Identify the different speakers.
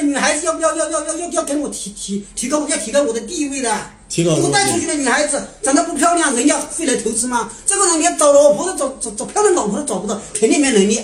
Speaker 1: 要要要要要要跟我提提提高要提高我的地位的。
Speaker 2: 提高
Speaker 1: 如果
Speaker 2: 我的
Speaker 1: 带
Speaker 2: 地
Speaker 1: 出
Speaker 2: 位
Speaker 1: 去的女孩子长得不漂亮，人家会来投资吗？这个人连找老婆都找找找漂亮老婆都找不到，肯定没能力。